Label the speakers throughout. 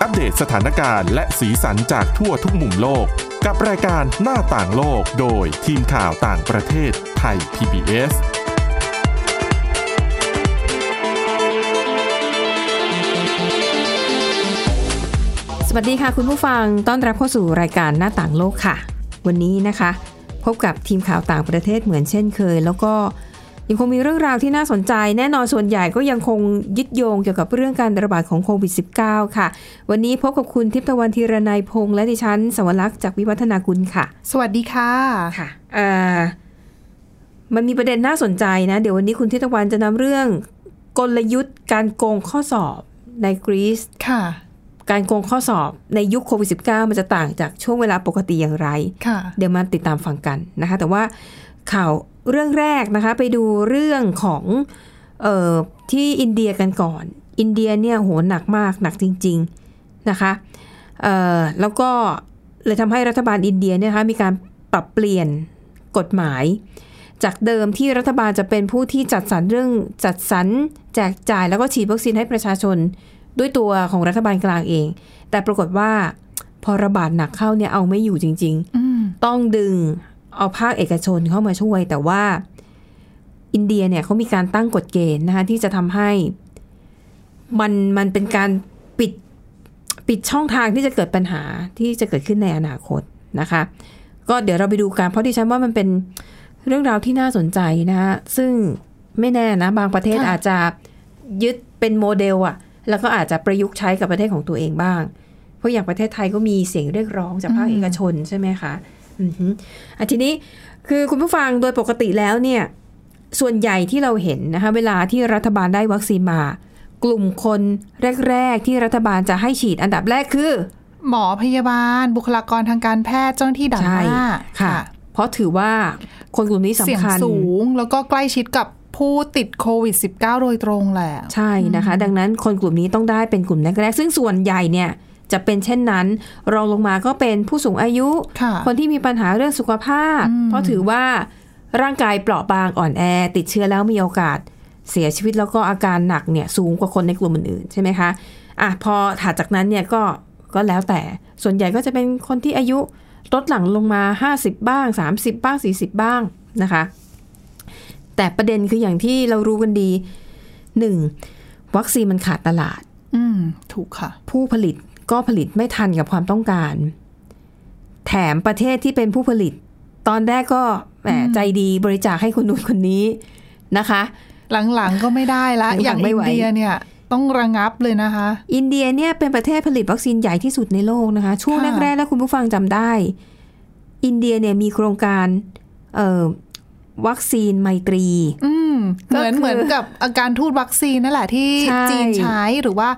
Speaker 1: อัปเดตสถานการณ์และสีสันจากทั่วทุกมุมโลก กับรายการหน้าต่างโลกโดยทีมข่าวต่างประเทศไทย PBS
Speaker 2: สวัสดีค่ะคุณผู้ฟังต้อนรับเข้าสู่รายการหน้าต่างโลกค่ะ วันนี้นะคะ พบกับทีมข่าวต่างประเทศเหมือนเช่นเคย แล้วก็ยังคงมีเรื่องราวที่น่าสนใจ แน่นอนส่วนใหญ่ก็ยังคงยึดโยงเกี่ยวกับเรื่องการระบาดของโควิด -19 ค่ะ วันนี้พบกับคุณทิพย์ตะวันธีรนัยพงษ์และดิฉันสวรักษ์จากวิวัฒนาคุณค่ะ
Speaker 3: สวัสดีค่ะ
Speaker 2: ค่ะมันมีประเด็นน่าสนใจนะ เดี๋ยววันนี้คุณทิพย์ตะวันจะนำเรื่องกลยุทธ์การโกงข้อสอบในกรีซ
Speaker 3: ค่ะ
Speaker 2: การโกงข้อสอบในยุคโควิด -19 มันจะต่างจากช่วงเวลาปกติอย่างไร
Speaker 3: ค่ะ
Speaker 2: เดี๋ยวมาติดตามฟังกันนะคะ แต่ว่าข่าวเรื่องแรกนะคะ ไปดูเรื่องของเออที่อินเดียกันก่อน อินเดียเนี่ยโหหนักมากหนักจริง ๆนะคะเออแล้วก็เลยทำให้รัฐบาลอินเดียเนี่ยนะคะมีการปรับเปลี่ยนกฎหมาย จากเดิมที่รัฐบาลจะเป็นผู้ที่จัดสรรเรื่องจัดสรรแจกจ่ายแล้วก็ฉีดวัคซีนให้ประชาชน ด้วยตัวของรัฐบาลกลางเอง แต่ปรากฏว่าพอระบาดหนักเข้าเนี่ยเอาไม่อยู่จริง ๆ
Speaker 3: อืม
Speaker 2: ต้องดึงเอาภาคเอกชนเข้ามาช่วย แต่ว่าอินเดียเนี่ยเขามีการตั้งกฎเกณฑ์นะคะที่จะทำให้มันมันเป็นการปิดปิดช่องทางที่จะเกิดปัญหาที่จะเกิดขึ้นในอนาคตนะคะ ก็เดี๋ยวเราไปดูกันเพราะดิฉันว่ามันเป็นเรื่องราวที่น่าสนใจนะคะซึ่งไม่แน่นะ บางประเทศ
Speaker 3: ค่ะ
Speaker 2: อาจจะยึดเป็นโมเดลอะแล้วก็อาจจะประยุกต์ใช้กับประเทศของตัวเองบ้าง เพราะอย่างประเทศไทยก็มีเสียงเรียกร้องจากภาคเอกชนใช่ไหมคะอือฮึอ่ะทีนี้คือคุณผู้ฟังโดยปกติแล้วเนี่ย ส่วนใหญ่ที่เราเห็นนะคะเวลาที่รัฐบาลได้วัคซีนมา กลุ่มคนแรก ๆ ที่รัฐบาลจะให้ฉีดอันดับแรกคือ
Speaker 3: หมอพยาบาล บุคลากรทางการแพทย์เจ้าหน้าที่ด่าน
Speaker 2: ใช่
Speaker 3: หน้า
Speaker 2: ค่ะ เพราะถือว่าคนกลุ่มนี้
Speaker 3: เสี่ยง
Speaker 2: สำคัญ
Speaker 3: สูงแล้วก็ใกล้ชิดกับผู้ติดโควิด -19 โดยตรงแหละ
Speaker 2: ใช่นะคะ ดังนั้นคนกลุ่มนี้ต้องได้เป็นกลุ่มแรกๆซึ่งส่วนใหญ่เนี่ยจะเป็นเช่นนั้น รองลงมาก็เป็นผู้สูงอายุ
Speaker 3: ค่ะ
Speaker 2: คนที่มีปัญหาเรื่องสุขภาพ
Speaker 3: อืม
Speaker 2: เพราะถือว่าร่างกายเปราะบางอ่อนแอ ติดเชื้อแล้วมีโอกาส เสียชีวิตแล้วก็อาการหนักเนี่ยสูงกว่าคนในกลุ่มอื่นๆใช่ไหมคะอ่ะพอถัดจากนั้นเนี่ยก็ก็แล้วแต่ส่วนใหญ่ก็จะเป็นคนที่อายุลดหลังลงมา 50 บ้าง 30 บ้าง 40 บ้างนะคะ แต่ประเด็นคืออย่างที่เรารู้กันดี 1. วัคซีนมันขาดตลาด
Speaker 3: อืม ถูกค่ะ
Speaker 2: ผู้ผลิตก็ผลิตไม่ทันกับความต้องการ แถมประเทศที่เป็นผู้ผลิต ตอนแรกก็แหมใจดีบริจาคให้คนนู้นคนนี้นะคะ
Speaker 3: หลังๆก็ไม่ได้ละ
Speaker 2: หลังๆ
Speaker 3: อย่าง
Speaker 2: ไม่
Speaker 3: อิน
Speaker 2: ไหว
Speaker 3: เดียเนี่ย ต้องระงับเลยนะคะ
Speaker 2: อินเดียเนี่ยเป็นประเทศผลิตวัคซีนใหญ่ที่สุดในโลกนะคะ ช่วง
Speaker 3: ค่ะ
Speaker 2: แรกๆแล้วคุณผู้ฟังจำได้ อินเดียเนี่ยมีโครงการเอ่อวัคซีนไมตรี
Speaker 3: อืม เหมือน
Speaker 2: ก็คือ
Speaker 3: เหมือนกับอาการทูตวัคซีนนั่นแหละที่
Speaker 2: ใช่
Speaker 3: จีนใช้หรือว่า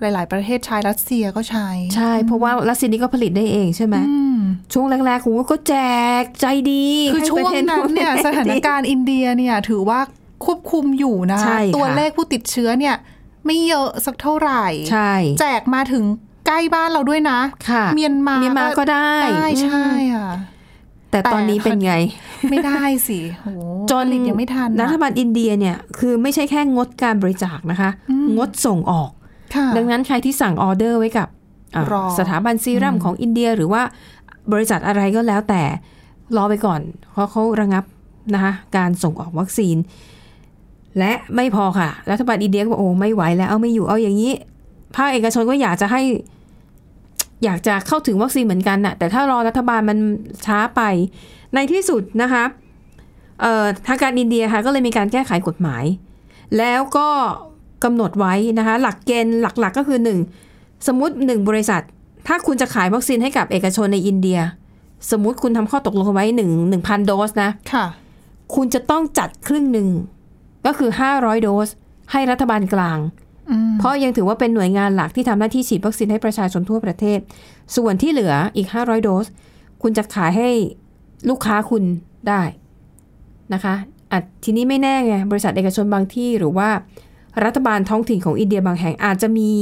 Speaker 3: หลาย ๆ ประเทศใช้รัสเซียก็ใช้
Speaker 2: ใช่ เพราะว่ารัสเซียนี่ก็ผลิตได้เองใช่ไหม
Speaker 3: อืม
Speaker 2: ช่วงแรกๆคุณก็แจกใจดี
Speaker 3: คือ
Speaker 2: ให้
Speaker 3: ช่ว
Speaker 2: ป
Speaker 3: ง
Speaker 2: ระทศ
Speaker 3: นั้นเนี่ยสถานการณ์อินเดียเนี่ยถือว่าควบคุมอยู่นะ
Speaker 2: ใช่
Speaker 3: คะ
Speaker 2: ค่ะ
Speaker 3: ตัวเลขผู้ติดเชื้อเนี่ย ไม่เยอะสักเท่าไหร่
Speaker 2: ใช่
Speaker 3: แจกมาถึงใกล้บ้านเราด้วยนะ
Speaker 2: ค่ะ
Speaker 3: เมียนมา
Speaker 2: เมียนมาก็ได้
Speaker 3: ได้ใช่อ่ะ
Speaker 2: แต่ตอนนี้เป็นไง
Speaker 3: ไม่ได้สิโอ้โห
Speaker 2: จน
Speaker 3: ผลิตยังไม่ทัน
Speaker 2: รั
Speaker 3: นะ
Speaker 2: ฐบาลอินเดียเนี่ยคือไม่ใช่แค่งดการบริจาคนะคะ งดส่งออก
Speaker 3: ค่ะ
Speaker 2: ดังนั้นใครที่สั่งออเดอร์ไว้กับอ่ะ
Speaker 3: รอ
Speaker 2: สถาบันซีรัมของอินเดียหรือว่าบริษัทอะไรก็แล้วแต่ รอไปก่อนเพราะเขาระงับนะคะการส่งออกวัคซีน และไม่พอค่ะ รัฐบาลอินเดียก็บอกโอ้ไม่ไหวแล้วเอาไม่อยู่เอาอย่างนี้ ภาคเอกชนก็อยากจะให้ อยากจะเข้าถึงวัคซีนเหมือนกันน่ะแต่ถ้ารอรัฐบาลมันช้าไป ในที่สุดนะคะเอ่อทางการอินเดียค่ะก็เลยมีการแก้ไขกฎหมาย แล้วก็กำหนดไว้นะคะ หลักเกณฑ์หลักๆก็คือหนึ่งสมมติหนึ่งบริษัท ถ้าคุณจะขายวัคซีนให้กับเอกชนในอินเดีย สมมติคุณทำข้อตกลงไว้หนึ่งหนึ่งพันโดสนะ
Speaker 3: ค่ะ
Speaker 2: คุณจะต้องจัดครึ่งหนึ่ง ก็คือ 500 โดส ให้รัฐบาลกลาง
Speaker 3: อืม
Speaker 2: เพราะยังถือว่าเป็นหน่วยงานหลักที่ทำหน้าที่ฉีดวัคซีนให้ประชาชนทั่วประเทศ ส่วนที่เหลืออีก 500 โดส คุณจะขายให้ลูกค้าคุณได้นะคะอ่ะทีนี้ไม่แน่ไง บริษัทเอกชนบางที่หรือว่า รัฐบาลท้องถิ่นของอินเดียบางแห่งอาจจะมี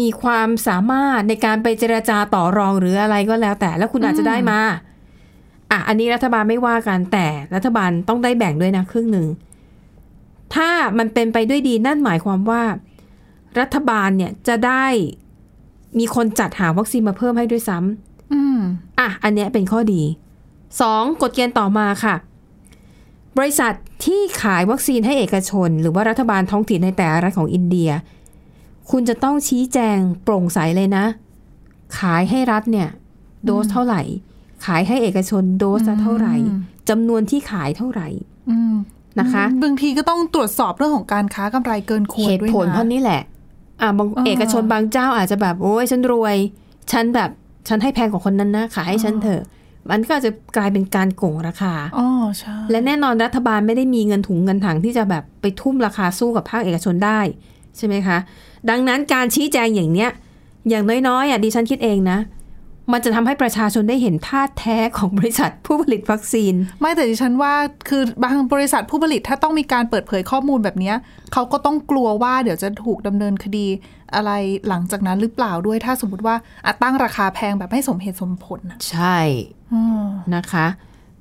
Speaker 2: มีความสามารถในการไปเจรจาต่อรองหรืออะไรก็แล้วแต่ แล้วคุณอาจจะได้มา อ่ะ อันนี้รัฐบาลไม่ว่ากันแต่รัฐบาลต้องได้แบ่งด้วยนะครึ่งหนึ่ง ถ้ามันเป็นไปด้วยดีนั่นหมายความว่า รัฐบาลเนี่ยจะได้ มีคนจัดหาวัคซีนมาเพิ่มให้ด้วยซ้ำ
Speaker 3: อืม
Speaker 2: อ่ะ อันเนี้ยเป็นข้อดี 2. กฎเกณฑ์ต่อมาค่ะ บริษัทที่ขายวัคซีนให้เอกชน หรือว่ารัฐบาลท้องถิ่นในแต่ละรัฐของอินเดีย คุณจะต้องชี้แจงโปร่งใสเลยนะ ขายให้รัฐเนี่ย โดสเท่าไหร่ ขายให้เอกชนโดสละเท่าไหร่
Speaker 3: อืม
Speaker 2: จำนวนที่ขายเท่าไหร่
Speaker 3: อืม
Speaker 2: นะคะ
Speaker 3: บางทีก็ต้องตรวจสอบเรื่องของการค้ากำไรเกินควร
Speaker 2: เหตุ
Speaker 3: ด้วย
Speaker 2: ผล
Speaker 3: นะ
Speaker 2: เพราะนี่แหละ อ่าบาง
Speaker 3: อ่า
Speaker 2: เอกชนบางเจ้าอาจจะแบบ โอ้ยฉันรวย ฉันแบบฉันให้แพงกว่าคนนั้นนะขายให้ฉันเถอะ มันก็อาจจะกลายเป็นการโกงราคา
Speaker 3: อ๋อใช่
Speaker 2: และแน่นอนรัฐบาลไม่ได้มีเงินถุงเงินถังที่จะแบบไปทุ่มราคาสู้กับภาคเอกชนได้ ใช่ไหมคะ ดังนั้นการชี้แจงอย่างเนี้ย อย่างน้อยๆอ่ะดิฉันคิดเองนะ มันจะทำให้ประชาชนได้เห็นท่าแท้ของบริษัทผู้ผลิตวัคซีน
Speaker 3: ไม่แต่ดิฉันว่าคือบางบริษัทผู้ผลิตถ้าต้องมีการเปิดเผยข้อมูลแบบเนี้ยเขาก็ต้องกลัวว่าเดี๋ยวจะถูกดำเนินคดีอะไรหลังจากนั้นหรือเปล่าด้วยถ้าสมมติว่าอะตั้งราคาแพงแบบไม่สมเหตุสมผลนะ
Speaker 2: ใช่
Speaker 3: อืม
Speaker 2: นะคะ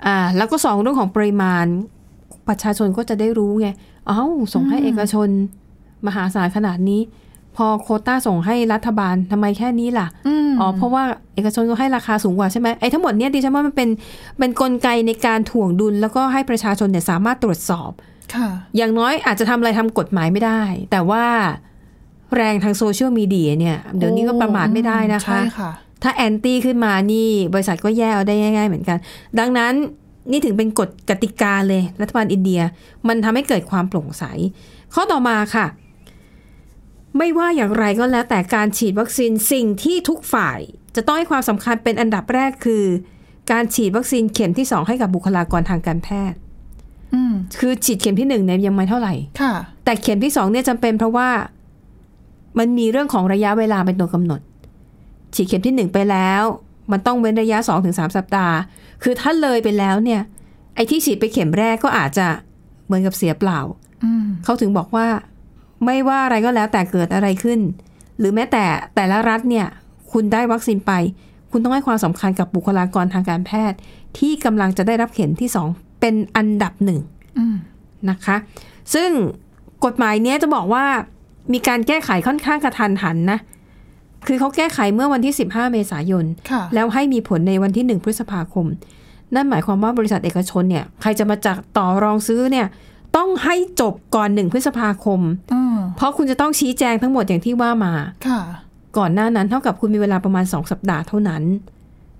Speaker 2: อ่าแล้วก็สองเรื่องของปริมาณ ประชาชนก็จะได้รู้ไง เอ้า ส่งให้เอกชน มหาศาลขนาดนี้ พอโควต้าส่งให้รัฐบาลทำไมแค่นี้ล่ะ
Speaker 3: อืม
Speaker 2: อ๋อ เพราะว่าเอกชนก็ให้ราคาสูงกว่าใช่ไหมไอ้ทั้งหมดเนี่ยดิฉันว่ามันเป็นเป็นกลไกในการถ่วงดุล แล้วก็ให้ประชาชนเนี่ยสามารถตรวจสอบ
Speaker 3: ค่ะ
Speaker 2: อย่างน้อยอาจจะทำอะไรทำกฎหมายไม่ได้ แต่ว่าแรงทางโซเชียลมีเดียเนี่ย เดี๋ยวนี้ก็ประมาทไม่ได้นะคะ
Speaker 3: ใช่ค่ะ
Speaker 2: ถ้าแอนตี้ขึ้นมานี่ บริษัทก็แย่เอาได้ง่าย ๆ เหมือนกัน ดังนั้นนี่ถึงเป็นกฎกติกาเลย รัฐบาลอินเดียมันทำให้เกิดความโปร่งใส ข้อต่อมาค่ะ ไม่ว่าอย่างไรก็แล้ว แต่การฉีดวัคซีนสิ่งที่ทุกฝ่าย จะต้องให้ความสำคัญเป็นอันดับแรกคือ การฉีดวัคซีนเข็มที่ 2 ให้กับบุคลากรทางการแพทย์
Speaker 3: อืม
Speaker 2: คือฉีดเข็มที่1เนี่ยยังไม่เท่าไหร่
Speaker 3: ค่ะ
Speaker 2: แต่เข็มที่สองเนี่ยจำเป็นเพราะว่ามันมีเรื่องของระยะเวลาเป็นตัวกำหนด ฉีดเข็มที่หนึ่งไปแล้ว มันต้องเว้นระยะสองถึงสามสัปดาห์ คือถ้าเลยไปแล้วเนี่ย ไอ้ที่ฉีดไปเข็มแรกก็อาจจะเหมือนกับเสียเปล่า
Speaker 3: อืม
Speaker 2: เขาถึงบอกว่าไม่ว่าอะไรก็แล้วแต่เกิดอะไรขึ้น หรือแม้แต่แต่ละรัฐเนี่ย คุณได้วัคซีนไป คุณต้องให้ความสำคัญกับบุคลากรทางการแพทย์ ที่กำลังจะได้รับเข็มที่สองเป็นอันดับหนึ่ง
Speaker 3: อืม
Speaker 2: นะคะ ซึ่งกฎหมายเนี้ยจะบอกว่ามีการแก้ไขค่อนข้างกระทันหันนะ คือเขาแก้ไขเมื่อวันที่ 15 เมษายน
Speaker 3: ค่ะ
Speaker 2: แล้วให้มีผลในวันที่ 1 พฤษภาคม นั่นหมายความว่าบริษัทเอกชนเนี่ย ใครจะมาจักต่อรองซื้อเนี่ย ต้องให้จบก่อน 1 พฤษภาคม
Speaker 3: อืม
Speaker 2: เพราะคุณจะต้องชี้แจงทั้งหมดอย่างที่ว่ามา
Speaker 3: ค่ะ
Speaker 2: ก่อนหน้านั้นเท่ากับคุณมีเวลาประมาณ 2 สัปดาห์เท่านั้น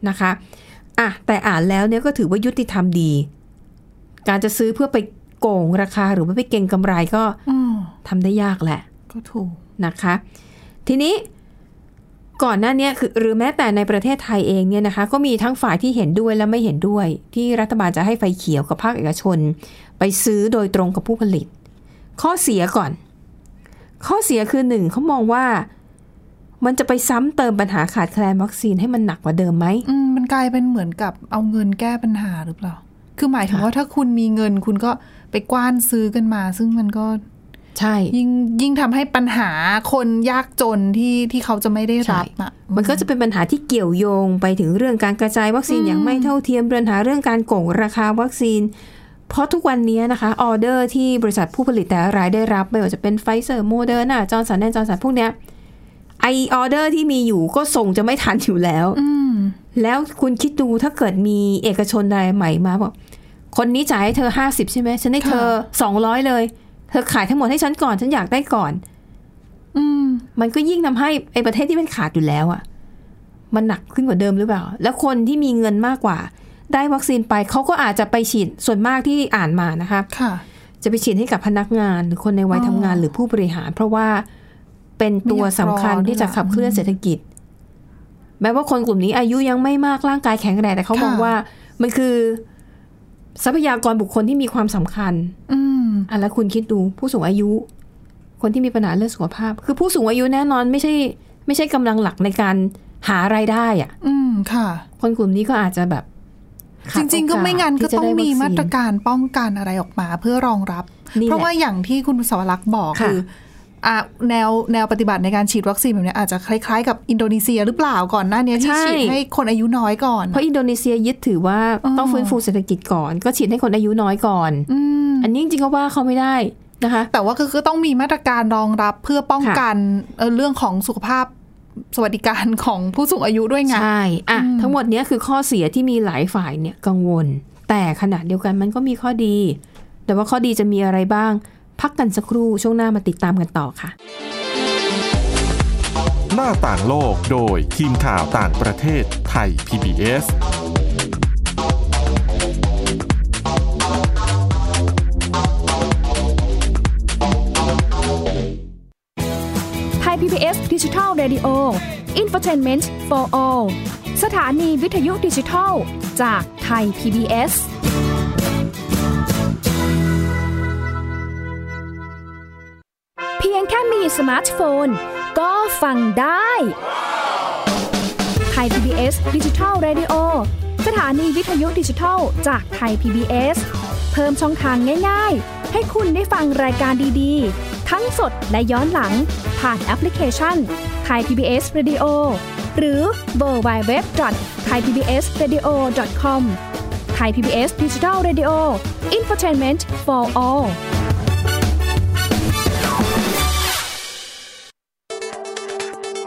Speaker 2: นะคะอ่ะแต่อ่านแล้วเนี่ยก็ถือว่ายุติธรรมดี การจะซื้อเพื่อไปโกงราคาหรือว่าไปเก็งกำไรก็
Speaker 3: อืม
Speaker 2: ทำได้ยากแหละ
Speaker 3: ก็ถูก
Speaker 2: นะคะ ทีนี้ก่อนหน้าเนี้คือหรือแม้แต่ในประเทศไทยเองเนี่ยนะคะ ก็มีทั้งฝ่ายที่เห็นด้วยและไม่เห็นด้วย ที่รัฐบาลจะให้ไฟเขียวกับภาคเอกชน ไปซื้อโดยตรงกับผู้ผลิต ข้อเสียก่อน ข้อเสียคือหนึ่งเขามองว่า มันจะไปซ้ำเติมปัญหาขาดแคลนวัคซีนให้มันหนักกว่าเดิมไหม
Speaker 3: อืม มันกลายเป็นเหมือนกับเอาเงินแก้ปัญหาหรือเปล่า คือหมายถึง
Speaker 2: ค่ะ
Speaker 3: ว่าถ้าคุณมีเงินคุณก็ไปกว้านซื้อกันมา ซึ่งมันก็
Speaker 2: ใช่
Speaker 3: ยิ่งยิ่งทำให้ปัญหาคนยากจนที่ที่เขาจะไม่ได้รับน่ะ
Speaker 2: มันก็จะเป็นปัญหาที่เกี่ยวโยงไปถึงเรื่องการกระจายวัคซีน
Speaker 3: อืม
Speaker 2: อย่างไม่เท่าเทียมปัญหาเรื่องการโกงราคาวัคซีน เพราะทุกวันนี้นะคะออเดอร์ที่บริษัทผู้ผลิตแต่ละรายได้รับ ไม่ว่าจะเป็นไฟเซอร์โมเดอร์นาจอร์นสันแอนจอร์นสันพวกเนี้ยไอออเดอร์ที่มีอยู่ก็ส่งจะไม่ทันอยู่แล้ว
Speaker 3: อืม
Speaker 2: แล้วคุณคิดดูถ้าเกิดมีเอกชนรายใหม่มาบอกคนนี้จ่ายให้เธอห้าสิบใช่ไหมฉันให้เธอสองร้อยเลย เธอขายทั้งหมดให้ฉันก่อนฉันอยากได้ก่อน
Speaker 3: อืม
Speaker 2: มันก็ยิ่งทำให้ไอ้ประเทศที่มันขาดอยู่แล้วอะ่ะ มันหนักขึ้นกว่าเดิมหรือเปล่า แล้วคนที่มีเงินมากกว่า ได้วัคซีนไปเขาก็อาจจะไปฉีดส่วนมากที่อ่านมานะคะ
Speaker 3: ค่ะ
Speaker 2: จะไปฉีดให้กับพนักงาน หรือคนในวัย
Speaker 3: อ๋อ
Speaker 2: ทำงานหรือผู้บริหาร เพราะว่าเป็นตัวสำคัญ
Speaker 3: ไม่อยากรอ
Speaker 2: ที่จะขับเคลื่อน
Speaker 3: ด้วย
Speaker 2: เศรษฐกิจ แม้ว่าคนกลุ่มนี้อายุยังไม่มากร่างกายแข็งแรงแต่เขา
Speaker 3: ค่ะ
Speaker 2: มองว่ามันคือ ทรัพยากรบุคคลที่มีความสำคัญ
Speaker 3: อืม
Speaker 2: อ่ะแล้วคุณคิดดูผู้สูงอายุ คนที่มีปัญหาเรื่องสุขภาพ คือผู้สูงอายุแน่นอนไม่ใช่ ไม่ใช่กำลังหลักในการหารายได้อะ
Speaker 3: อืม ค่ะ
Speaker 2: คนกลุ่มนี้ก็อาจจะแบบ
Speaker 3: จ
Speaker 2: ขาด
Speaker 3: ริง ๆ ก็ไม่งั้น
Speaker 2: โาส
Speaker 3: ก็ต้องมี
Speaker 2: ที่จะได้วัคซีน
Speaker 3: มาตรการป้องกันอะไรออกมาเพื่อรองรับ
Speaker 2: นี่แหละ
Speaker 3: เพราะว่าอย่างที่คุณสวรักษ์บอก
Speaker 2: ค่ะ
Speaker 3: คืออ่ะแนวแนวปฏิบัติในการฉีดวัคซีนแบบเนี้ยอาจจะคล้ายๆ กับอินโดนีเซียหรือเปล่าก่อนหน้าเนี้ยที่
Speaker 2: ใช่
Speaker 3: ฉีดให้คนอายุน้อยก่อน
Speaker 2: เพราะอินโดนีเซียยึดถือว่า
Speaker 3: อ๋อ
Speaker 2: ต้องฟื้นฟูเศรษฐกิจก่อน ก็ฉีดให้คนอายุน้อยก่อน
Speaker 3: อืม
Speaker 2: อันนี้จริงๆก็ว่าเขาไม่ได้นะคะ
Speaker 3: แต่ว่าก็คือต้องมีมาตรการรองรับเพื่อป้องกันเอ่อเรื่องของสุขภาพ สวัสดิการของผู้สูงอายุด้วยไง
Speaker 2: ใช่อะทั้งหมดเนี้ยคือข้อเสียที่มีหลายฝ่ายเนี่ยกังวล แต่ขณะเดียวกันมันก็มีข้อดี แต่ว่าข้อดีจะมีอะไรบ้าง พักกันสักครู่ช่วงหน้ามาติดตามกันต่อค่ะ
Speaker 1: หน้าต่างโลกโดยทีมข่าวต่างประเทศไทย PBS
Speaker 4: ไทย PBS Digital Radio Infotainment for All สถานีวิทยุดิจิทัล จากไทย PBS เพียงแค่มีสมาร์ทโฟน ก็ฟังได้ไทย PBS Digital Radio สถานีวิทยุดิจิทัล จากไทย PBS เพิ่มช่องทางง่ายๆ ให้คุณได้ฟังรายการดีๆ ทั้งสดและย้อนหลัง ผ่านแอปพลิเคชันไทย PBS Radio หรือเวอร์บายเว็บไทยพีบีเอสเรดิโอ .com ไทย PBS Digital Radio Infotainment for all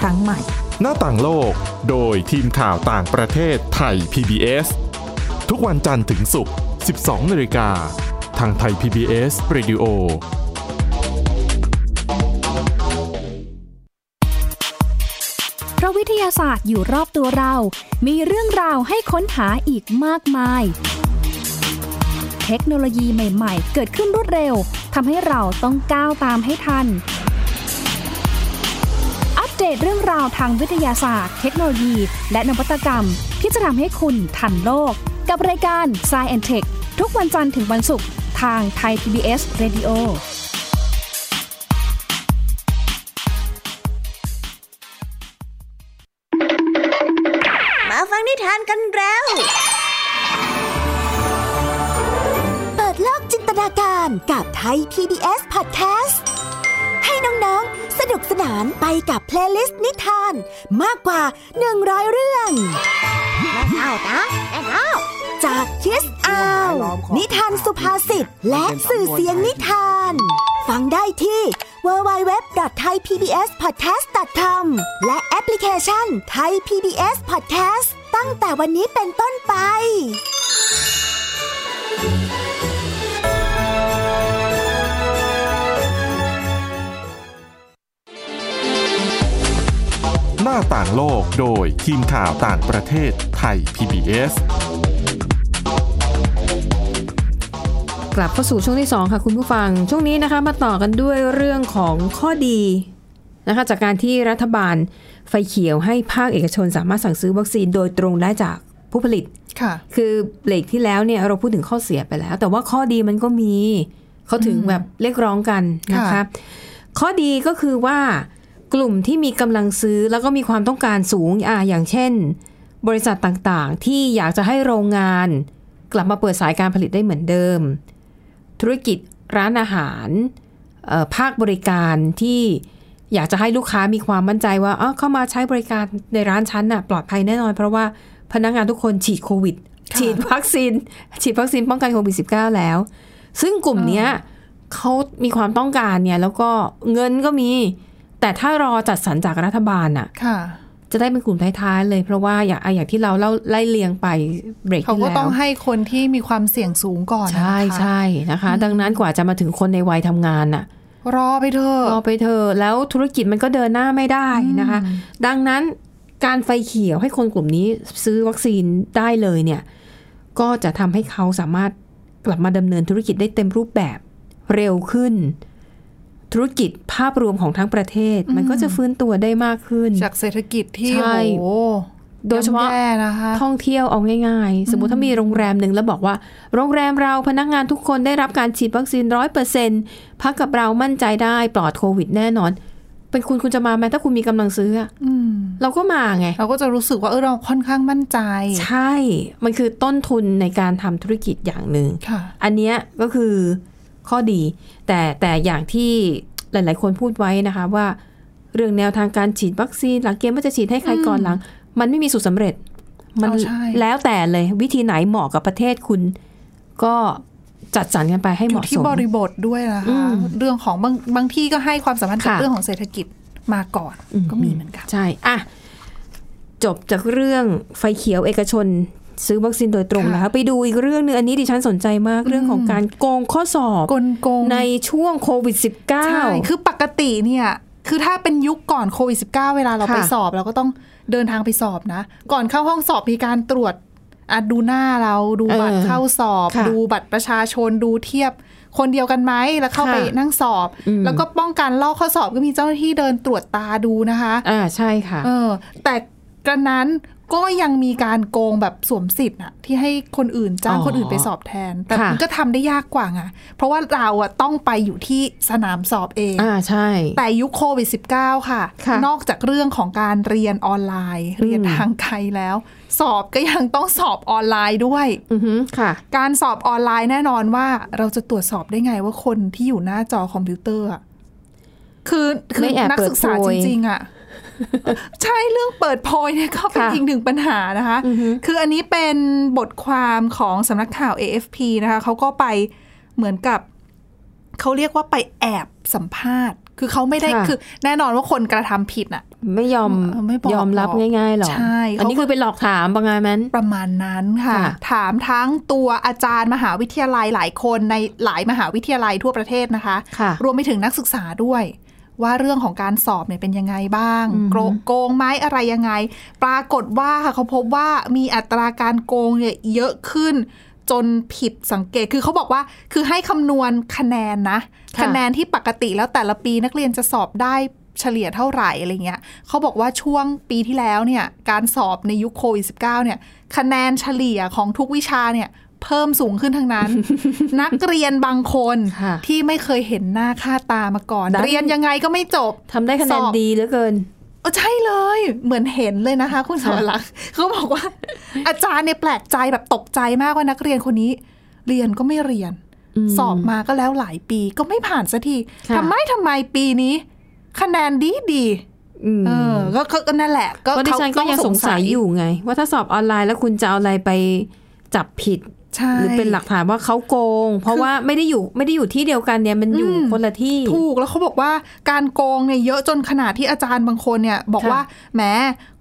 Speaker 5: ครั้งใหม่
Speaker 1: หน้าต่างโลก โดยทีมข่าวต่างประเทศไทย PBS ทุกวันจันทร์ถึงศุกร์ 12นาฬิกา ทางไทย PBS Radio
Speaker 4: เพราะวิทยาศาสตร์อยู่รอบตัวเรา มีเรื่องราวให้ค้นหาอีกมากมาย เทคโนโลยีใหม่ ๆ เกิดขึ้นรวดเร็ว ทำให้เราต้องก้าวตามให้ทัน อัปเดตเรื่องราวทางวิทยาศาสตร์ เทคโนโลยี และนวัตกรรม ที่จะทำให้คุณทันโลก กับรายการ s c i e n t e c h ทุกวันจันทร์ถึงวันศุกร์ทางไทย PBS Radio
Speaker 6: มาฟังนิทานกันแล้ว เปิดโลกจินตนาการกับไทย PBS Podcast ให้น้องๆ สนุกสนานไปกับเพลย์ลิสต์นิทานมากกว่า 100 เรื่องแม่เอานะแม่เอาจากคิสอาว นิทานสุภาษิตและสื่อเสียงนิทาน ฟังได้ที่ www.thaipbspodcast.com และแอปพลิเคชัน Thai PBS Podcast ตั้งแต่วันนี้เป็นต้นไป
Speaker 1: หน้าต่างโลกโดยทีมข่าวต่างประเทศไทย PBS
Speaker 2: กลับเข้าสู่ช่วงที่ 2 ค่ะคุณผู้ฟัง ช่วงนี้นะคะมาต่อกันด้วยเรื่องของข้อดีนะคะจากการที่รัฐบาลไฟเขียวให้ภาคเอกชนสามารถสั่งซื้อวัคซีนโดยตรงได้จากผู้ผลิต
Speaker 3: ค่ะ
Speaker 2: คือเบรกที่แล้วเนี่ยเราพูดถึงข้อเสียไปแล้ว แต่ว่าข้อดีมันก็มี เขาถึงแบบเรียกร้องกันนะคะ
Speaker 3: ค่ะ
Speaker 2: ข้อดีก็คือว่ากลุ่มที่มีกำลังซื้อแล้วก็มีความต้องการสูงอ่าอย่างเช่น บริษัทต่างๆ ที่อยากจะให้โรงงาน กลับมาเปิดสายการผลิตได้เหมือนเดิม ธุรกิจร้านอาหารเอ่อภาคบริการที่อยากจะให้ลูกค้ามีความมั่นใจว่าอ้าวเข้ามาใช้บริการในร้านฉันน่ะปลอดภัยแน่นอน เพราะว่าพนักงานทุกคนฉีดโควิด ฉีดวัคซีน ฉีดวัคซีนป้องกันโควิด -19 แล้ว ซึ่งกลุ่มเนี้ยเขามีความต้องการเนี่ยแล้วก็เงินก็มี แต่ถ้ารอจัดสรรจากรัฐบาลน่ะ
Speaker 3: ค่ะ
Speaker 2: จะได้เป็นกลุ่มท้ายๆเลยเพราะว่าอย่างอ่ะอย่างที่เราเล่าไล่เลียงไปเบรก
Speaker 3: เขา
Speaker 2: ที่
Speaker 3: ก็
Speaker 2: แล้ว
Speaker 3: ต้องให้คนที่มีความเสี่ยงสูงก่อนนะ
Speaker 2: ใช่
Speaker 3: นะคะ
Speaker 2: ใช่นะคะ ดังนั้นกว่าจะมาถึงคนในวัยทำงานน่ะ
Speaker 3: รอไปเถอะ
Speaker 2: รอไปเธอะแล้วธุรกิจมันก็เดินหน้าไม่ได้นะคะ ดังนั้นการไฟเขียวให้คนกลุ่มนี้ซื้อวัคซีนได้เลยเนี่ย ก็จะทำให้เขาสามารถกลับมาดำเนินธุรกิจได้เต็มรูปแบบเร็วขึ้น ธุรกิจภาพรวมของทั้งประเทศ มันก็จะฟื้นตัวได้มากขึ้น
Speaker 3: จากเศรษฐกิจที่
Speaker 2: ใช่
Speaker 3: โอ้โห
Speaker 2: โดยเฉพาะ
Speaker 3: ำแย่นะคะ
Speaker 2: ท่องเที่ยวเอาง่ายๆ สมมติถ้ามีโรงแรมหนึ่งแล้วบอกว่า โรงแรมเราพนักงานทุกคนได้รับการฉีดวัคซีนร้อยเปอร์เซ็นพักกับเรามั่นใจได้ปลอดโควิดแน่นอน เป็นคุณคุณจะมาไหมถ้าคุณมีกำลังซื้ออะ
Speaker 3: อืม
Speaker 2: เราก็มาไง
Speaker 3: เราก็จะรู้สึกว่าเออเราค่อนข้างมั่นใจ
Speaker 2: ใช่ มันคือต้นทุนในการทำธุรกิจอย่างหนึ่ง
Speaker 3: ค่ะ
Speaker 2: อันเนี้ยก็คือข้อดี แต่แต่อย่างที่หลาย ๆ คนพูดไว้นะคะว่า เรื่องแนวทางการฉีดวัคซีนหลังเกมว่าจะฉีดให้ใครก่อนหลัง มันไม่มีสูตรสำเร็จ มั
Speaker 3: เอาใช่
Speaker 2: แล้วแต่เลยวิธีไหนเหมาะกับประเทศคุณ ก็จัดสรรกันไปให้
Speaker 3: อ
Speaker 2: เห
Speaker 3: ยู่
Speaker 2: มาะ
Speaker 3: ที่
Speaker 2: สม
Speaker 3: บริบทด้วยนะ
Speaker 2: อื
Speaker 3: คะ
Speaker 2: ม
Speaker 3: เรื่องของบางบางที่ก็ให้ความสำคัญกับ
Speaker 2: ค่ะ
Speaker 3: เรื่องของเศรษฐกิจมาก่อน
Speaker 2: อืม
Speaker 3: ก็มีเหมือนกัน
Speaker 2: ใช่อะจบจากเรื่องไฟเขียวเอกชน ซื้อวัคซีนโดยตรง
Speaker 3: ค่ะ
Speaker 2: นะคะไปดูอีกเรื่องหนึงอันนี้ดิฉันสนใจมากเรื่องของการโกงข้อสอบ
Speaker 3: กลโกง
Speaker 2: ในช่วงโควิด
Speaker 3: ใช่
Speaker 2: -19
Speaker 3: คือปกติเนี่ย คือถ้าเป็นยุคก่อนโควิด -19 เวลาเรา
Speaker 2: ค่ะ
Speaker 3: ไปสอบ เราก็ต้องเดินทางไปสอบนะ ก่อนเข้าห้องสอบมีการตรวจอะดูหน้าเราดูบัตร
Speaker 2: เออ
Speaker 3: เข้าสอบ
Speaker 2: ค่ะ
Speaker 3: ดูบัตรประชาชนดูเทียบ คนเดียวกันไหมแล้วเข้าไป
Speaker 2: ค่ะ
Speaker 3: นั่งสอบ แล้วก็ป้องกันลอกข้อสอบก็มีเจ้าหน้าที่เดินตรวจตาดูนะคะ
Speaker 2: อ่าใช่ค่ะ
Speaker 3: เออ แต่กระนั้นก็ยังมีการโกงแบบสวมสิทธิ์อะที่ให้คนอื่นจ้าง
Speaker 2: อ๋อ
Speaker 3: คนอื่นไปสอบแทน แต่
Speaker 2: ค่ะ
Speaker 3: มันก็ทำได้ยากกว่าไงเพราะว่าเราอะต้องไปอยู่ที่สนามสอบเอง
Speaker 2: อ่าใช่
Speaker 3: แต่ยุคโควิด -19 ค่ะ
Speaker 2: ค่ะ
Speaker 3: นอกจากเรื่องของการเรียนออนไลน์ เรียนทางไกลแล้ว สอบก็ยังต้องสอบออนไลน์ด้วย
Speaker 2: อือหือค่ะ
Speaker 3: การสอบออนไลน์แน่นอนว่าเราจะตรวจสอบได้ไงว่าคนที่อยู่หน้าจอคอมพิวเตอร์อะคือคื
Speaker 2: ไม่
Speaker 3: อ
Speaker 2: แอบ
Speaker 3: นัก
Speaker 2: เปิด
Speaker 3: ศึกษา
Speaker 2: โพ
Speaker 3: จ
Speaker 2: ย
Speaker 3: ริง ๆ อ่ะ ใช่เรื่องเปิดโพยเนี่ยก็เป็น
Speaker 2: ค่ะ
Speaker 3: อีกหนึ่งปัญหานะคะ
Speaker 2: อือฮึ
Speaker 3: คืออันนี้เป็นบทความของสำนักข่าว AFP นะคะเขาก็ไปเหมือนกับ เขาเรียกว่าไปแอบสัมภาษณ์ คือเขาไม่ได้
Speaker 2: ค่ะ
Speaker 3: คือแน่นอนว่าคนกระทำผิดน่ะ
Speaker 2: ไม่ยอม
Speaker 3: เออไม่บอก
Speaker 2: ยอมรับ
Speaker 3: หรอก
Speaker 2: ง่ายๆหรอก
Speaker 3: ใช่
Speaker 2: อันนี้
Speaker 3: เขาก็
Speaker 2: คือไปหลอกถามประมาณนั้น
Speaker 3: ประมาณนั้นค่ะ
Speaker 2: ค่ะ
Speaker 3: ถามทั้งตัวอาจารย์มหาวิทยาลัยหลายคนในหลายมหาวิทยาลัยทั่วประเทศนะคะ
Speaker 2: ค่ะ
Speaker 3: รวมไปถึงนักศึกษาด้วย ว่าเรื่องของการสอบเนี่ยเป็นยังไงบ้าง โกงโกงไหมอะไรยังไง ปรากฏว่าค่ะเขาพบว่ามีอัตราการโกงเนี่ยเยอะขึ้น จนผิดสังเกตคือเขาบอกว่าคือให้คำนวณคะแนนนะ
Speaker 2: ค่ะ
Speaker 3: คะแนนที่ปกติแล้วแต่ละปีนักเรียนจะสอบได้เฉลี่ยเท่าไหร่อะไรเงี้ยเขาบอกว่าช่วงปีที่แล้วเนี่ยการสอบในยุคโควิด -19 เนี่ยคะแนนเฉลี่ยของทุกวิชาเนี่ยเพิ่มสูงขึ้นทั้ง นั้น นักเรียนบางคน
Speaker 2: ค่ะ
Speaker 3: ที่ไม่เคยเห็นหน้าค่าตามาก่อน เรียนยังไงก็ไม่จบ
Speaker 2: ทำได้คะแน
Speaker 3: ส
Speaker 2: น
Speaker 3: อบ
Speaker 2: ดีเหลือเกิน
Speaker 3: เออใช่เลย เหมือนเห็นเลยนะคะ คุณสว รักษ์เขาบอกว่า อาจารย์เนี่ยแปลกใจแบบตกใจมากว่านักเรียนคนนี้ เรียนก็ไม่เรียน สอบมาก็แล้วหลายปีก็ไม่ผ่านสักที
Speaker 2: ค่ะ
Speaker 3: ทำไมทำไมปีนี้ คะแนนดีดี
Speaker 2: อืม
Speaker 3: เออก็ก็ก็นั่นแหละ ก็
Speaker 2: เพราะดิ
Speaker 3: เขา
Speaker 2: ฉันก็ยังสงสัยอยู่ไง ว่าถ้าสอบออนไลน์แล้วคุณจะเอาอะไรไปจับผิด
Speaker 3: ใช่
Speaker 2: หรือเป็นหลักฐานว่าเขาโกง เพราะว่าไม่ได้อยู่ไม่ได้อยู่ที่เดียวกันเนี่ยมันอยู่คนละที่
Speaker 3: ถูกแล้วเขาบอกว่าการโกงเนี่ยเยอะจนขนาดที่อาจารย์บางคนเนี่ย บอก
Speaker 2: ค่ะ
Speaker 3: ว่าแหม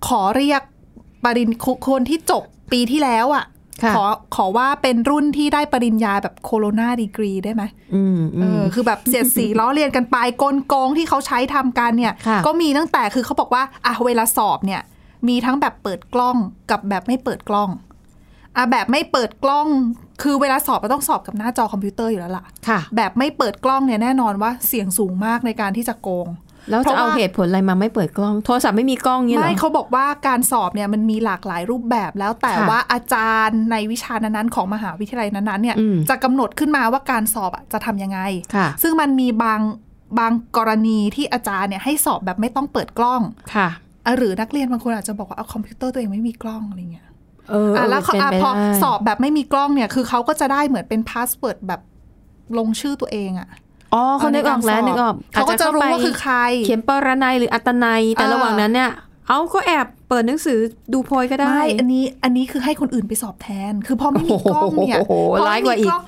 Speaker 3: ขอเรียกปริญญาคนที่จบปีที่แล้วอ่ะ
Speaker 2: ค่ะ
Speaker 3: ขอขอว่าเป็นรุ่นที่ได้ปริญญาแบบโคโรนาดีกรีได้ไหม
Speaker 2: อืม
Speaker 3: เอ
Speaker 2: อืม
Speaker 3: อคือแบบเสียดสี ล้อเลียนกันไปกลโกงที่เขาใช้ทำกันเนี่ย
Speaker 2: ค่ะ
Speaker 3: ก็มีตั้งแต่คือเขาบอกว่าอ่ะเวลาสอบเนี่ย มีทั้งแบบเปิดกล้องกับแบบไม่เปิดกล้องอ่ะแบบไม่เปิดกล้อง คือเวลาสอบเราต้องสอบกับหน้าจอคอมพิวเตอร์อยู่แล้วล่ะ
Speaker 2: ค่ะ
Speaker 3: แบบไม่เปิดกล้องเนี่ยแน่นอนว่าเสี่ยงสูงมากในการที่จะโกง
Speaker 2: แล้ว
Speaker 3: เพ
Speaker 2: จะ
Speaker 3: ราะ
Speaker 2: เอา
Speaker 3: ว่า
Speaker 2: เหตุผลอะไรมาไม่เปิดกล้อง โทรศัพท์ไม่มีกล้องนี่เหรอ
Speaker 3: ไม่เขาบอกว่าการสอบเนี่ยมันมีหลากหลายรูปแบบแล้วแต่
Speaker 2: ค่ะ
Speaker 3: ว่าอาจารย์ในวิชานั้นๆของมหาวิทยาลัยนั้นๆเนี่ย
Speaker 2: อืม
Speaker 3: จะกำหนดขึ้นมาว่าการสอบอะจะทำยังไง
Speaker 2: ค่ะ
Speaker 3: ซึ่งมันมีบางบางกรณีที่อาจารย์เนี่ยให้สอบแบบไม่ต้องเปิดกล้อง
Speaker 2: ค่ะ
Speaker 3: อ่ะหรือนักเรียนบางคนอาจจะบอกว่าเอาคอมพิวเตอร์ตัวเองไม่มีกล้องอะไรเงี้ย
Speaker 2: เออเอ
Speaker 3: อ่ะ
Speaker 2: อ
Speaker 3: แล้วเขา
Speaker 2: เป็น
Speaker 3: อ่ะ
Speaker 2: ไป
Speaker 3: พอ
Speaker 2: ได้
Speaker 3: สอบแบบไม่มีกล้องเนี่ยคือเขาก็จะได้เหมือนเป็นพาสเวิร์ดแบบลงชื่อตัวเองอะ
Speaker 2: อ๋อเขานึกออกแล้ว
Speaker 3: ใน
Speaker 2: นึ
Speaker 3: การสอบ
Speaker 2: กออก
Speaker 3: เขาก็จะรู้ว่าคือใคร
Speaker 2: เขียนปรนัยหรืออัตนัย แต่ระหว่างนั้นเนี่ย เอาก็แอบเปิดหนังสือดูโพยก็ได้
Speaker 3: ไม่อันนี้อันนี้คือให้คนอื่นไปสอบแทน คือพอไม่มีกล้องเนี่ย
Speaker 2: โอ้โห
Speaker 3: พอ
Speaker 2: ร้ายกว่าอีก
Speaker 3: ไม่มีล้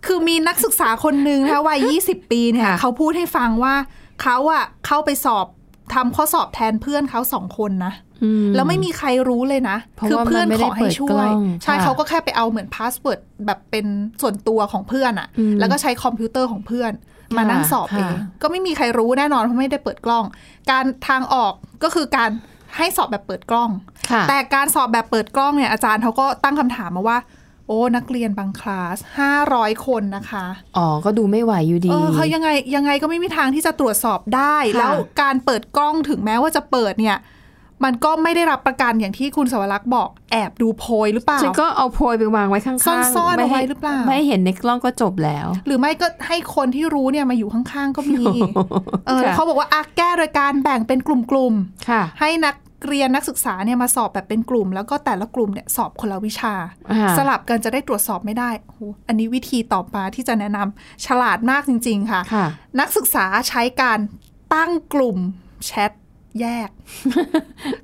Speaker 3: งคือมีนักศึกษาคนหนึ่งนะคะวัย 20 ปีเนี่ย
Speaker 2: ค่ะ
Speaker 3: เขาพูดให้ฟังว่าเขาอะเข้าไปสอบทำข้อสอบแทนเพื่อนเขาสองคนนะ
Speaker 2: อืม
Speaker 3: แล้วไม่มีใครรู้เลยนะ
Speaker 2: เพราะ
Speaker 3: คือ
Speaker 2: ว่า
Speaker 3: เพื่อน
Speaker 2: มันไม่ได้
Speaker 3: ขอให้ช่วย
Speaker 2: เปิดกล้อง
Speaker 3: ใช่
Speaker 2: ค่ะ
Speaker 3: เขาก็แค่ไปเอาเหมือนพาสเวิร์ดแบบเป็นส่วนตัวของเพื่อนอะ
Speaker 2: อืม
Speaker 3: แล้วก็ใช้คอมพิวเตอร์ของเพื่อน มานั่งสอบ
Speaker 2: ค่ะ
Speaker 3: เอง ก็ไม่มีใครรู้แน่นอนเพราะไม่ได้เปิดกล้อง การทางออกก็คือการให้สอบแบบเปิดกล้อง
Speaker 2: ค่ะ
Speaker 3: แต่การสอบแบบเปิดกล้องเนี่ยอาจารย์เขาก็ตั้งคำถามมาว่า โอ้นักเรียนบางคลาส 500 คนนะคะ
Speaker 2: อ๋อ ก็ดูไม่ไหวอยู่ดี
Speaker 3: เออเขายังไงยังไงก็ไม่มีทางที่จะตรวจสอบได้
Speaker 2: ค่ะ
Speaker 3: แล้วการเปิดกล้องถึงแม้ว่าจะเปิดเนี่ย มันก็ไม่ได้รับประกันอย่างที่คุณสวรักษ์บอกแอบดูโพยหรือเปล่า
Speaker 2: ฉันก็เอาโพยไปวางไว้ข้างๆ
Speaker 3: ซ่อนๆ
Speaker 2: ม่
Speaker 3: เอา
Speaker 2: ใ
Speaker 3: ไว้หรือเปล่า
Speaker 2: ไม่ให้เห็นในกล้องก็จบแล้ว
Speaker 3: หรือไม่ก็ให้คนที่รู้เนี่ยมาอยู่ข้างๆก็มี เออแล้วเขาบอกว่าอะแก้โดยการแบ่งเป็นกลุ่ม
Speaker 2: ค่ะ
Speaker 3: ๆ ให้นักเรียนนักศึกษาเนี่ยมาสอบแบบเป็นกลุ่ม แล้วก็แต่ละกลุ่มเนี่ยสอบคนละวิชา
Speaker 2: อ่า
Speaker 3: สลับกันจะได้ตรวจสอบไม่ได้โอ้โหอันนี้วิธีต่อมาที่จะแนะนำฉลาดมากจริง ๆ ค่ะ
Speaker 2: ค่ะ
Speaker 3: นักศึกษาใช้การตั้งกลุ่มแชทแย ก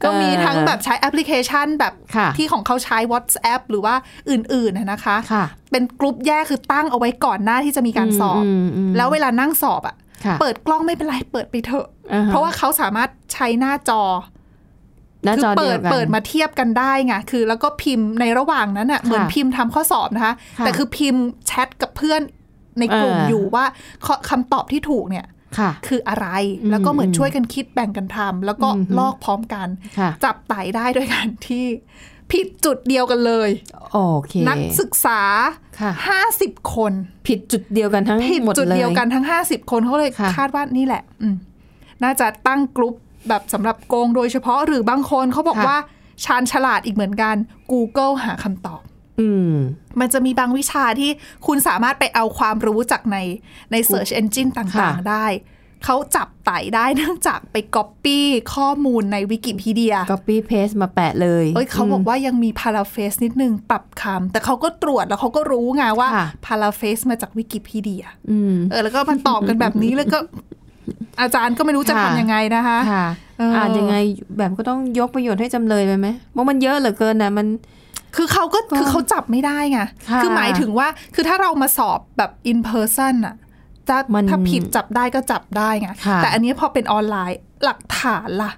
Speaker 3: ก็มีทั้งแบบใช้แอปพลิเคชันแบบ
Speaker 2: ค่ะ
Speaker 3: ที่ของเขาใช้ WhatsApp หรือว่าอื่นๆน่ะนะคะ
Speaker 2: ค่ะ
Speaker 3: เป็นกลุ่มแยกคือตั้งเอาไว้ก่อนหน้าที่จะมีการสอบ
Speaker 2: อืมอืม
Speaker 3: แล้วเวลานั่งสอบอะ
Speaker 2: ค่ะ
Speaker 3: เปิดกล้องไม่เป็นไรเปิดไปเถอะ
Speaker 2: อ่าฮะ
Speaker 3: เพราะว่าเขาสามารถใช้หน้าจอ
Speaker 2: หน้า
Speaker 3: คื
Speaker 2: จอ
Speaker 3: เปิ
Speaker 2: เดีย
Speaker 3: ด
Speaker 2: วกัน
Speaker 3: เปิดมาเทียบกันได้ไง คือแล้วก็พิมพ์ในระหว่างนั้นอ่ะ เหมือนพิมพ์ทำข้อสอบนะคะ
Speaker 2: ค่ะ
Speaker 3: แต่คือพิมพ์แชทกับเพื่อนในกลุ่ม
Speaker 2: เออ
Speaker 3: อ
Speaker 2: อ
Speaker 3: ยู่ว่าข้อคำตอบที่ถูกเนี่ย
Speaker 2: ค่ะ
Speaker 3: คืออะไร
Speaker 2: อืม
Speaker 3: แล้วก็เหมือนช่วยกันคิดแบ่งกันทำแล้วก็
Speaker 2: อืม
Speaker 3: ลอกพร้อมกัน
Speaker 2: ค่ะ
Speaker 3: จับไต่ได้ด้วยกันที่ ผิดจุดเดียวกันเลย
Speaker 2: โอเค
Speaker 3: นักศึกษา
Speaker 2: ค่ะ
Speaker 3: 50 คน
Speaker 2: ผิดจุดเดียวกันทั้ง
Speaker 3: ผิด
Speaker 2: หมดเลย
Speaker 3: จุดเดียวกันทั้ง 50 คนเขาเลย
Speaker 2: ค่ะ
Speaker 3: คาดว่านี่แหละอืมน่าจะตั้งกลุ่มแบบสำหรับโกงโดยเฉพาะหรือบางคนเขาบอก
Speaker 2: ค่ะ
Speaker 3: ว่าชาญฉลาดอีกเหมือนกัน Google หาคำตอบ
Speaker 2: อืม
Speaker 3: มันจะมีบางวิชาที่คุณสามารถไปเอาความรู้จากในใน Search Engine ต่าง
Speaker 2: ค่ะ
Speaker 3: ๆได้ เขาจับไต่ได้เนื่องจากไปก๊อปปี้ข้อมูลในวิกิพีเดีย
Speaker 2: copy paste มาแปะเลย
Speaker 3: เอ้ยเขาบอก
Speaker 2: ม
Speaker 3: ว่ายังมีพาราเฟสนิดนึงปรับคำแต่เขาก็ตรวจแล้วเขาก็รู้ไงว่า
Speaker 2: ค่ะ
Speaker 3: พาราเฟสมาจากวิกิพีเดีย
Speaker 2: อืม
Speaker 3: เออแล้วก็มันตอบกันแบบนี้ แล้วก็ อาจารย์ก็ไม่รู้จะ
Speaker 2: ค่ะ
Speaker 3: ทำยังไงนะคะ
Speaker 2: ค่ะ
Speaker 3: เอออ่
Speaker 2: อ่านยังไงแบบก็ต้องยกประโยชน์ให้จำเลยไปไหมเพราะมันเยอะเหลือเกินนะมัน
Speaker 3: คือเขาก็คือเขาจับไม่ได้ไง
Speaker 2: ค่ะ
Speaker 3: อหมายถึงว่าคือถ้าเรามาสอบแบบ in person อะจะ
Speaker 2: มัน
Speaker 3: ถ้าผิดจับได้ก็จับได้ไง
Speaker 2: ค่ะ
Speaker 3: แต่อันนี้พอเป็นออนไลน์หลักฐานล่ะ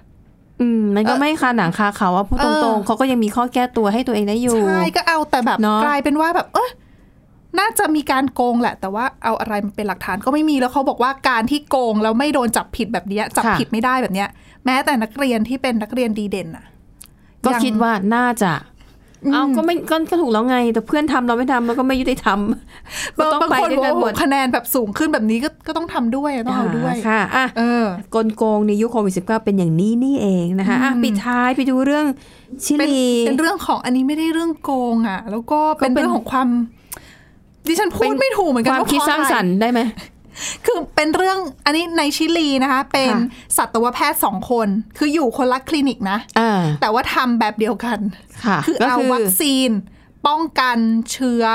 Speaker 2: อืมมันก็
Speaker 3: เอ่อ
Speaker 2: ไม่คาหนังคาเขาว่าพูด
Speaker 3: เอ
Speaker 2: ตร
Speaker 3: อ
Speaker 2: งๆเขาก็ยังมีข้อแก้ตัวให้ตัวเองได้อยู่
Speaker 3: ใช่ก็เอาแต่แบบ
Speaker 2: เนอะ
Speaker 3: กลายเป็นว่าแบบ เออน่าจะมีการโกงแหละ แต่ว่าเอาอะไรมาเป็นหลักฐานก็ไม่มีแล้วเขาบอกว่าการที่โกงแล้วไม่โดนจับผิดแบบเนี้ยจับผิดไม่ได้แบบเนี้ย แม้แต่นักเรียนที่เป็นนักเรียนดีเด่นอะ
Speaker 2: ก็
Speaker 3: ยัง
Speaker 2: คิดว่าน่าจะเอาก็ไม่ก็ก็ถูกแล้วไง แต่เพื่อนทำเราไม่ทำแล้วก็ไม่ยุติธรรม ก็
Speaker 3: บาง
Speaker 2: ต้อง
Speaker 3: บาง
Speaker 2: ไป
Speaker 3: คน
Speaker 2: ด้วย
Speaker 3: บอก
Speaker 2: กัน
Speaker 3: ว่าโอ้
Speaker 2: หม
Speaker 3: โห
Speaker 2: ด
Speaker 3: คะแนนแบบสูงขึ้นแบบนี้ก็ก็ต้องทำด้วยอะต้องเอาด้วย
Speaker 2: ค่ะอ่ะ
Speaker 3: เออ
Speaker 2: กลโกงในยุคโควิด19เป็นอย่างนี้นี่เองนะคะอ่ะ
Speaker 3: อืม
Speaker 2: ปิดท้ายไปดูเรื่องชิ
Speaker 3: เป็น
Speaker 2: ลี
Speaker 3: เป็นเรื่องของอันนี้ไม่ได้เรื่องโกงอ่ะ แล้วก็
Speaker 2: ก็เป็
Speaker 3: เป็น นเรื่องของความ ดิฉันพูดไม่ถูกเหมือนกั
Speaker 2: คน วาม
Speaker 3: ว่า
Speaker 2: คิด
Speaker 3: เพะ
Speaker 2: สร้างสรร
Speaker 3: อะไ
Speaker 2: ค์ได้ไหม
Speaker 3: คือเป็นเรื่องอันนี้ในชิลีนะคะ เป็น
Speaker 2: ค่ะ
Speaker 3: สัตวแพทย์สองคน คืออยู่คนละคลินิกนะ
Speaker 2: อ่า
Speaker 3: แต่ว่าทำแบบเดียวกัน
Speaker 2: ค่ะ
Speaker 3: คือเอาวัคซีน ป้องกันเชื้อ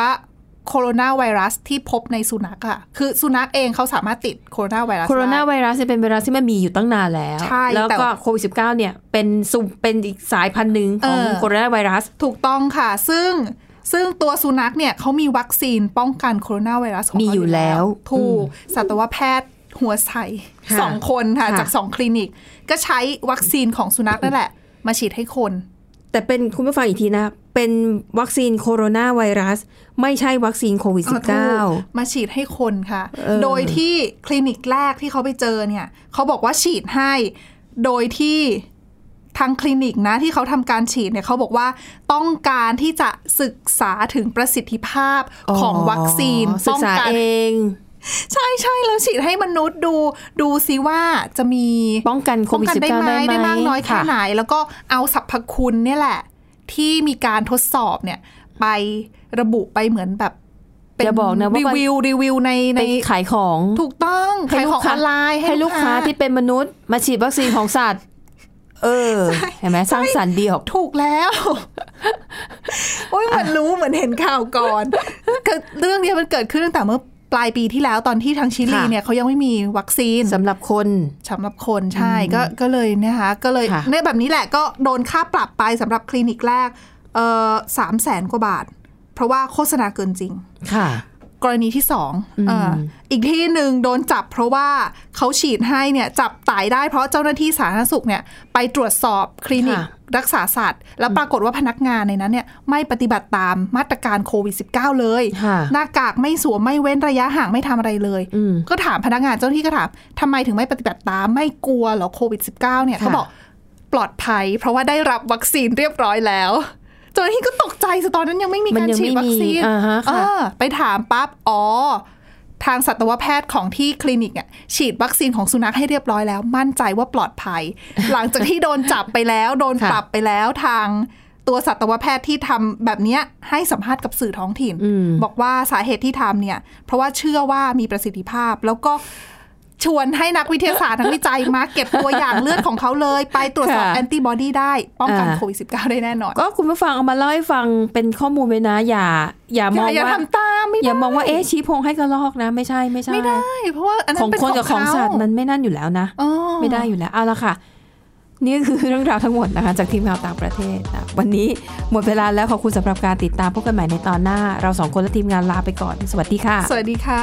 Speaker 3: โคโรนาไวรัสที่พบในสุนัขอะคือสุนัขเองเขาสามารถติดโคโรนาไวรัส
Speaker 2: โคโรนา
Speaker 3: ได้
Speaker 2: ไวรัสเนี่ยเป็นไวรัสที่มันมีอยู่ตั้งนานแล้ว
Speaker 3: ใช่
Speaker 2: แล้ว
Speaker 3: แต่
Speaker 2: ก็โควิด19เนี่ย เป็นซุมเป็นอีกสายพันธุ์หนึ่งของ
Speaker 3: เออ
Speaker 2: โคโรนาไวรัส
Speaker 3: ถูกต้องค่ะ ซึ่งซึ่งตัวสุนัขเนี่ยเขามีวัคซีนป้องกันโคโรนาไวรัสของ
Speaker 2: มี
Speaker 3: เขา
Speaker 2: อยู่แล้ว
Speaker 3: ถู
Speaker 2: อื
Speaker 3: กสัตวแพทย์หัวใส
Speaker 2: ค่ะ
Speaker 3: สองคนค่ะ
Speaker 2: ค่ะ
Speaker 3: จากสองคลินิก ก็ใช้วัคซีนของสุนัขนั่นแหละ มาฉีดให้คน
Speaker 2: แต่เป็นคุณผู้ฟังอีกทีนะ เป็นวัคซีนโคโรนาไวรัส ไม่ใช่วัคซีนโควิด
Speaker 3: อ๋อถู
Speaker 2: 19
Speaker 3: มาฉีดให้คนค่ะ
Speaker 2: เออ
Speaker 3: โดยที่คลินิกแรกที่เขาไปเจอเนี่ยเขาบอกว่าฉีดให้ โดยที่ทางคลินิกนะที่เขาทำการฉีดเนี่ยเขาบอกว่าต้องการที่จะศึกษาถึงประสิทธิภาพของวัคซีน
Speaker 2: ศึ
Speaker 3: ป้
Speaker 2: ก
Speaker 3: อง
Speaker 2: ษา
Speaker 3: กัน
Speaker 2: เอง
Speaker 3: ใช่ใช่แล้วฉีดให้มนุษย์ดูดูซิว่าจะมี
Speaker 2: ป้องกันโค
Speaker 3: ป้อง
Speaker 2: วิด
Speaker 3: กั
Speaker 2: 19
Speaker 3: นได้ไหมได้มากน้อยแค่
Speaker 2: ค่ะ
Speaker 3: ไหน แล้วก็เอาสรรพคุณเนี่ยแหละ ที่มีการทดสอบเนี่ย ไประบุไปเหมือนแบบเป็
Speaker 2: อย่าบอกนะว่า
Speaker 3: รีวิวรีวิวใน
Speaker 2: ไป
Speaker 3: ใน
Speaker 2: ขายของ
Speaker 3: ถูกต้อง
Speaker 2: ให้
Speaker 3: ขาย
Speaker 2: ลู
Speaker 3: ข
Speaker 2: ก
Speaker 3: องอ
Speaker 2: ค้า
Speaker 3: อนไลน์
Speaker 2: ให้ลูกค้าที่เป็นมนุษย์ มาฉีดวัคซีนของสัตว์ เออ เห็นไหมสร้างสรรค์ดีออก
Speaker 3: ถูกแล้ว โอ้ยเหมันรู้เหมือนเห็นข่าวก่อนคือเรื่องเนี้ยมันเกิดขึ้นตั้งแต่เมื่อปลายปีที่แล้วตอนที่ทางชิลี
Speaker 2: ค่ะ
Speaker 3: เนี่ยเขายังไม่มีวัคซีน
Speaker 2: สำหรับคน
Speaker 3: สำหรับคนใช่ก็ก็เลยเนะคะก็เลย
Speaker 2: ค่ะ
Speaker 3: เนี่ยแบบนี้แหละก็โดนค่าปรับไปสำหรับคลินิกแรกเออสามแสนกว่าบาท เพราะว่าโฆษณาเกินจริง
Speaker 2: ค่ะ
Speaker 3: กรณีที่สองเอ่ออีกที่หนึ่งโดนจับเพราะว่าเขาฉีดให้เนี่ยจับตายได้เพราะเจ้าหน้าที่สาธารณสุขเนี่ยไปตรวจสอบคลินิก
Speaker 2: ค่ะ
Speaker 3: รักษาสัตว์ แล้วปรากฏว่าพนักงานในนั้นเนี่ยไม่ปฏิบัติตามมาตรการโควิด -19 เลย
Speaker 2: ค่ะ
Speaker 3: หน้ากากไม่สวมไม่เว้นระยะห่างไม่ทำอะไรเลย
Speaker 2: อืม
Speaker 3: ก็ถามพนักงานเจ้าหน้าที่ก็ถามทำไมถึงไม่ปฏิบัติตามไม่กลัวเหรอโควิด -19 เนี่ย
Speaker 2: ค่ะ
Speaker 3: เขาบอกปลอดภัย เพราะว่าได้รับวัคซีนเรียบร้อยแล้วเจ้าหน้าที่ก็ตกใจสิตอนนั้นยังไม่มี
Speaker 2: มัน
Speaker 3: การ
Speaker 2: ยัง
Speaker 3: ฉีด
Speaker 2: ไม่
Speaker 3: วัค
Speaker 2: มี
Speaker 3: ซีน
Speaker 2: อ่าฮะ
Speaker 3: เอ
Speaker 2: ค่ะ
Speaker 3: อไปถามปั๊บ อ๋อ ทางสัตวแพทย์ของที่คลินิกเนี่ยฉีดวัคซีนของสุนัขให้เรียบร้อยแล้ว มั่นใจว่าปลอดภัย หลังจากที่โดนจับไปแล้วโดน
Speaker 2: ค่ะ
Speaker 3: ปรับไปแล้วทางตัวสัตวแพทย์ที่ทำแบบเนี้ยให้สัมภาษณ์กับสื่อท้องถิ่น บอกว่าสาเหตุที่ทำเนี่ยเพราะว่าเชื่อว่ามีประสิทธิภาพ แล้วก็ชวนให้นักวิทยาศาสตร์นักวิจัยมาเก็บตัวอย่างเลือดของเขาเลย ไปตรวจสอบ
Speaker 2: ค่ะ
Speaker 3: แอนติบอดีได้ ป้องกัน
Speaker 2: อ่า
Speaker 3: โควิด -19 ได้แน่นอน
Speaker 2: ก็คุณผู้ฟังเอามาเล่าให้ฟังเป็นข้อมูลไว้นะ อย่า อย่ามอง
Speaker 3: อย่า
Speaker 2: ว่า
Speaker 3: ทำตามไม่ได้
Speaker 2: อย่ามองว่าเอ๊ะชี้พงให้กระลอกนะ ไม่ใช่ไม่ใช่
Speaker 3: ไม่ได้ เพราะว่าอันนั้
Speaker 2: ข
Speaker 3: น
Speaker 2: อง
Speaker 3: เป็น
Speaker 2: ค
Speaker 3: ขอน ง
Speaker 2: กับของ
Speaker 3: เขา
Speaker 2: สัตว์มันไม่นั่นอยู่แล้วนะ
Speaker 3: อ๋อ
Speaker 2: ไม่ได้อยู่แล้วเอาละค่ะ นี่ก็คือเรื่องราวทั้งหมดนะคะ จากทีมข่าวต่างประเทศนะวันนี้หมดเวลาแล้วขอบคุณสำหรับการติดตามพบกันใหม่ในตอนหน้า เราสองคนและทีมงานลาไปก่อน สวัสดีค่ะ
Speaker 3: สวัสดีค่ะ